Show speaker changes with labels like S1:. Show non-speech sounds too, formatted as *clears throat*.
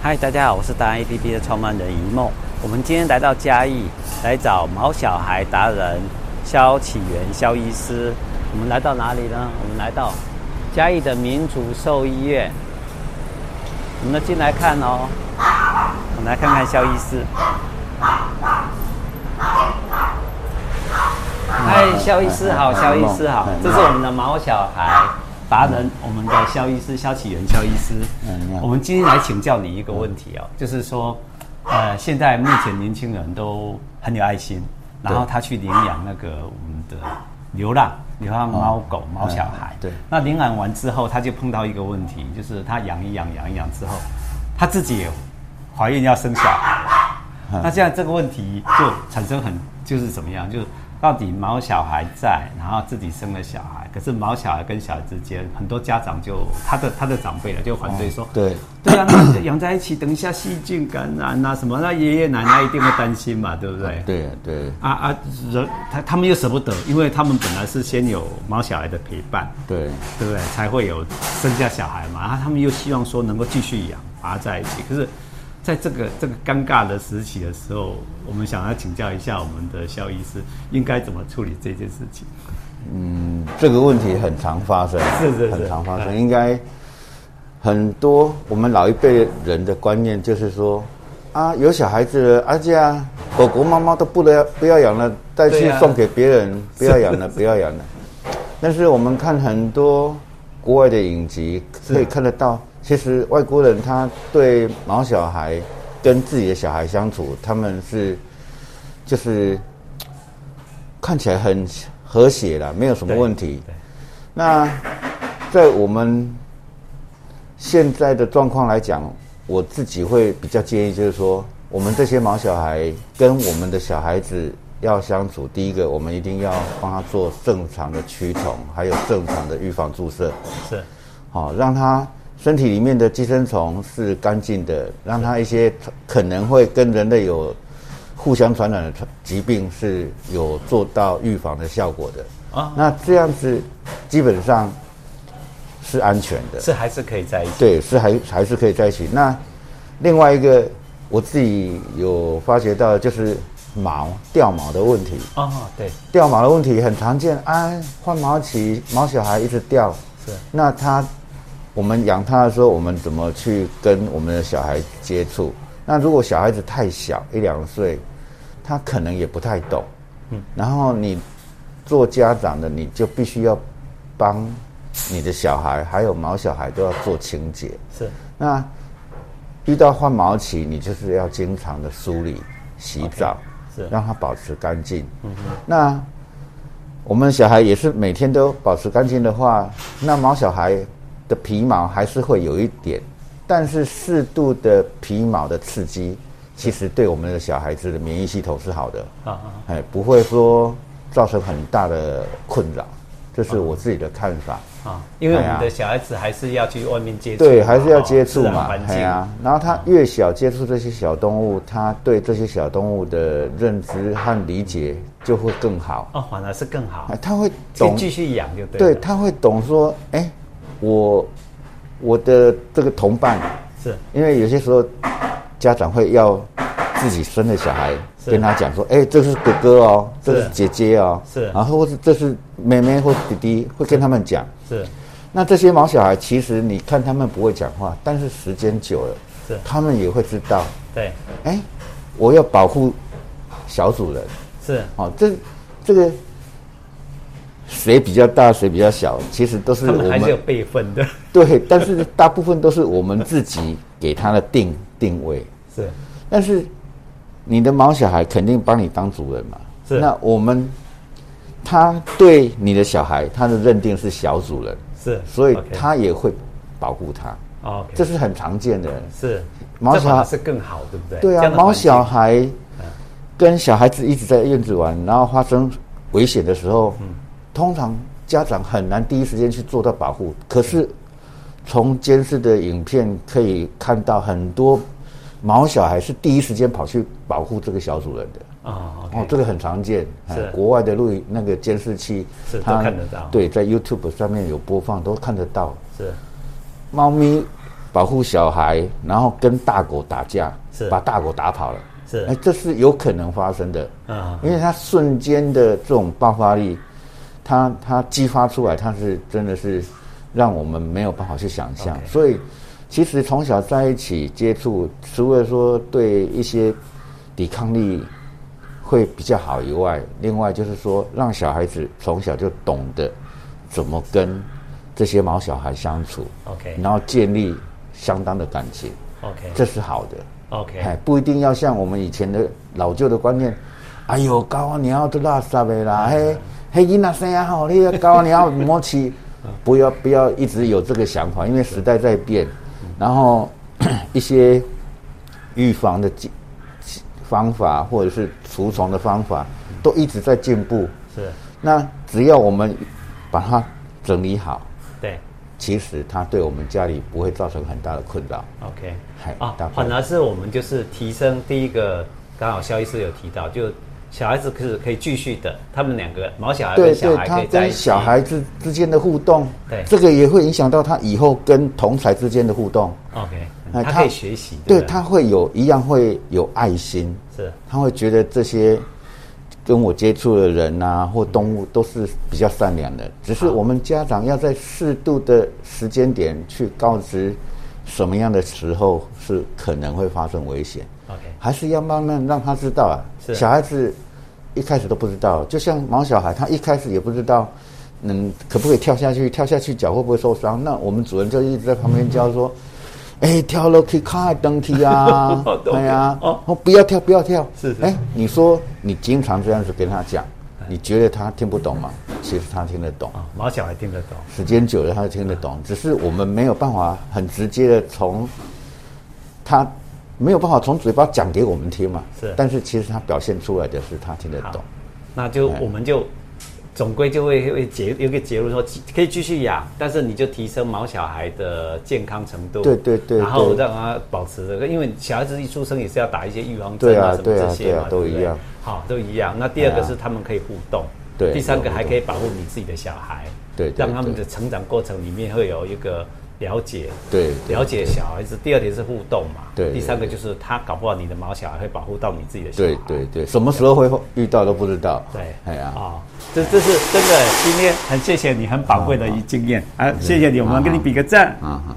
S1: 嗨，大家好，我是达人 APP 的创办人一梦。我们今天来到嘉义，来找毛小孩达人肖启源肖医师。我们来到哪里呢？我们来到嘉义的民族兽医院。我们进来看哦，我们来看看肖医师。嗨，肖医师好，肖医师好，
S2: 哎
S1: 这是我们的毛小孩达人，我们的肖医师肖启源肖医师
S2: 嗯你。好
S1: 我们今天来请教你一个问题哦，就是说，呃，现在目前年轻人都很有爱心，然后他去领养那个我们的流浪流浪猫狗、猫小孩。
S2: 哦对
S1: 那领养完之后，他就碰到一个问题，就是他养一养养一养之后，他自己也怀孕要生小孩。
S2: 嗯
S1: 那这样这个问题就产生很就是怎么样，就是到底毛小孩在，然后自己生了小孩，可是毛小孩跟小孩之间，很多家长就他的他的长辈了啊就反对说，
S2: 对
S1: 对啊，那养在一起，等一下细菌感染啊什么，那爷爷奶奶一定会担心嘛，对不对？
S2: 对对
S1: 啊啊，人他他们又舍不得，因为他们本来是先有毛小孩的陪伴，
S2: 对
S1: 对不对？才会有生下小孩嘛。啊，他们又希望说能够继续养，把它在一起。可是，在这个这个尴尬的时期的时候，我们想要请教一下我们的肖医师，应该怎么处理这件事情？
S2: 嗯，这个问题很常发生，
S1: 是是是
S2: 很常发生。
S1: 嗯
S2: 应该很多我们老一辈人的观念就是说，啊，有小孩子了，啊这样狗狗、猫猫都不能不要养了，再
S1: 对
S2: 去
S1: 啊
S2: 送给别人，
S1: *laughs*
S2: 不要养了，不要养了。但是我们看很多国外的影集，可以看得到，其实外国人他对毛小孩跟自己的小孩相处，他们是就是看起来很和谐啦，没有什么
S1: 对
S2: 问题
S1: 对。
S2: 那在我们现在的状况来讲，我自己会比较建议，就是说，我们这些毛小孩跟我们的小孩子要相处，第一个，我们一定要帮他做正常的驱虫，还有正常的预防注射，
S1: 是
S2: 好、让他身体里面的寄生虫是干净的，让他一些可能会跟人类有互相传染的传疾病是有做到预防的效果的。
S1: 啊，
S2: 那这样子基本上是安全的。
S1: 是还是可以在一起。
S2: 对，是还还是可以在一起。那另外一个我自己有发觉到，就是毛掉毛的问题，
S1: 哦，对，
S2: 掉毛的问题很常见啊，换毛期毛小孩一直掉，
S1: 是
S2: 那它我们养它的时候，我们怎么去跟我们的小孩接触？那如果小孩子太小，一两岁，他可能也不太懂。嗯，然后你做家长的，你就必须要帮你的小孩，还有毛小孩都要做清洁。
S1: 是
S2: 那遇到换毛期，你就是要经常的梳理、洗澡
S1: OK，是
S2: 让它保持干净。
S1: 嗯
S2: 那我们小孩也是每天都保持干净的话，那毛小孩的皮毛还是会有一点，但是适度的皮毛的刺激，其实对我们的小孩子的免疫系统是好的。
S1: 啊啊，
S2: 哎，不会说造成很大的困扰，这是我自己的看法。
S1: 啊，因为我
S2: 哎
S1: 们
S2: 呀
S1: 的小孩子还是要去外面接触嘛，
S2: 对，还是要
S1: 哦
S2: 接触
S1: 自然
S2: 嘛
S1: 环，
S2: 哎
S1: 境
S2: 呀，然后他越小接触这些小动物，他对这些小动物的认知和理解就会更好，
S1: 哦，反而是更好
S2: 哎，他会
S1: 可以
S2: 懂，
S1: 继续养就对
S2: 对，
S1: 了。
S2: 他会懂说，哎，我我的这个同伴，
S1: 是
S2: 因为有些时候家长会要自己生的小孩
S1: 是
S2: 跟他讲说，哎，这是哥哥哦，
S1: 是
S2: 这是姐姐哦，
S1: 是
S2: 然后或是这是妹妹或弟弟，会跟他们讲。
S1: 是
S2: 那这些毛小孩，其实你看他们不会讲话，但是时间久了，
S1: 是
S2: 他们也会知道，
S1: 对
S2: 哎，我要保护小主人，
S1: 是
S2: 哦，这这个谁比较大，谁比较小，其实都是
S1: 他
S2: 我
S1: 们还
S2: 们
S1: 是有备份的，
S2: 对，但是大部分都是我们自己给他的定定位，
S1: *laughs* 是
S2: 但是你的毛小孩肯定帮你当主人嘛，
S1: 是
S2: 那我们他对你的小孩，他的认定是小主人，
S1: 是，
S2: 所以
S1: OK
S2: 他也会保护他。
S1: 哦，OK，
S2: 这是很常见的。
S1: 是
S2: 毛
S1: 这
S2: 小
S1: 反而
S2: 孩
S1: 是更好，对不对？
S2: 对
S1: 这
S2: 啊，
S1: 样的
S2: 猫
S1: 环境嗯
S2: 小孩跟小孩子一直在院子玩，然后发生危险的时
S1: 嗯
S2: 候，通常家长很难第一时间去做到保护。可
S1: 嗯
S2: 是从监视的影片可以看到，很多毛小孩是第一时间跑去保护这个小主人的。
S1: 哦
S2: 哦，
S1: ，OK，
S2: 这个很常见，哎
S1: 是
S2: 国外的录影那个监视器，
S1: 是
S2: 它
S1: 都看得到
S2: 对，在 YouTube 上面有播放，都看得到。
S1: 是
S2: 猫咪保护小孩，然后跟大狗打架，
S1: 是
S2: 把大狗打跑了，
S1: 是
S2: 哎，这是有可能发生的，
S1: 嗯
S2: 因为它瞬间的这种爆发力，它它激发出来，它是真的是让我们没有办法去想象。
S1: OK
S2: 所以，其实从小在一起接触，除了说对一些抵抗力会比较好以外，另外就是说让小孩子从小就懂得怎么跟这些毛小孩相处，
S1: ，OK
S2: 然后建立相当的感情，
S1: OK
S2: 这是好的。哎
S1: OK，，
S2: 不一定要像我们以前的老旧的观念，哎呦，高啊你要做垃圾的啦，嘿，嘿囡仔生啊好，你高啊你要摸起，不要不要一直有这个想法，因为时代在变，然后 *clears throat* 一些预防的技方法或者是除虫的方法都一直在进步，
S1: 是，
S2: 那只要我们把它整理好，
S1: 对
S2: 其实它对我们家里不会造成很大的困扰。
S1: ，OK
S2: 嗨。
S1: 啊
S2: 大概，
S1: 反而是我们就是提升第一个，刚好肖医师有提到，就小孩子可是可以继续的，他们两个毛小孩
S2: 对
S1: 跟小
S2: 对，
S1: 孩
S2: 他
S1: 可以在
S2: 跟
S1: 一起，
S2: 小孩之之间的互动，
S1: 对
S2: 这个也会影响到他以后跟同才之间的互动。
S1: OK，他
S2: 哎他
S1: 可以学习，
S2: 对
S1: 不
S2: 他会有一样会有爱心，
S1: 是
S2: 他会觉得这些跟我接触的人啊或动物都是比较善良的，只是我们家长要在适度的时间点去告知什么样的时候是可能会发生危险。
S1: OK
S2: 还是要慢慢让他知道啊
S1: 是。
S2: 小孩子一开始都不知道，就像毛小孩，他一开始也不知道，嗯，可不可以跳下去？跳下去脚会不会受伤？那我们主人就一直在旁边教说：“哎、跳楼梯，卡登
S1: *laughs*
S2: 梯啊
S1: 哦，嗯懂
S2: 哎呀，
S1: 哦
S2: 哦，不要跳，不要跳。”
S1: 是是
S2: 哎、你说你经常这样子跟他讲，你觉得他听不懂吗？其实他听得懂。
S1: 啊，毛小孩听得懂，
S2: 时间久了，他就听得懂。只是我们没有办法很直接的从他没有办法从嘴巴讲给我们听嘛。
S1: 是
S2: 但是其实他表现出来的是他听得懂
S1: 好。，那就
S2: 哎
S1: 我们就总归就会会结有一个结论说，继可以继续养，但是你就提升毛小孩的健康程度，
S2: 对对对
S1: 然后
S2: 对
S1: 让他保持这个，因为小孩子一出生也是要打一些预防针
S2: 对啊
S1: 什么这些
S2: 对
S1: 嘛
S2: 啊对
S1: 对
S2: 啊，
S1: 不
S2: 都
S1: 对
S2: 一样，
S1: 好，都一样。那第二个
S2: 对啊
S1: 是他们可以互动，
S2: 对
S1: 第三个
S2: 有互动
S1: 还可以保护你自己的小孩，
S2: 对对
S1: 让他们的成长过程里面会有一个了解，
S2: 对对
S1: 了解小孩子。第二点是互动嘛，
S2: 对对
S1: 第三个就是他搞不好你的毛小孩会保护到你自己的小孩
S2: 对，对对，什么时候会遇到都不知道。
S1: 对，
S2: 哎呀、
S1: 哦，这这啊是真的，今天很谢谢你，很宝贵的一经验啊，谢谢你，我们给你比个赞。
S2: 啊哈。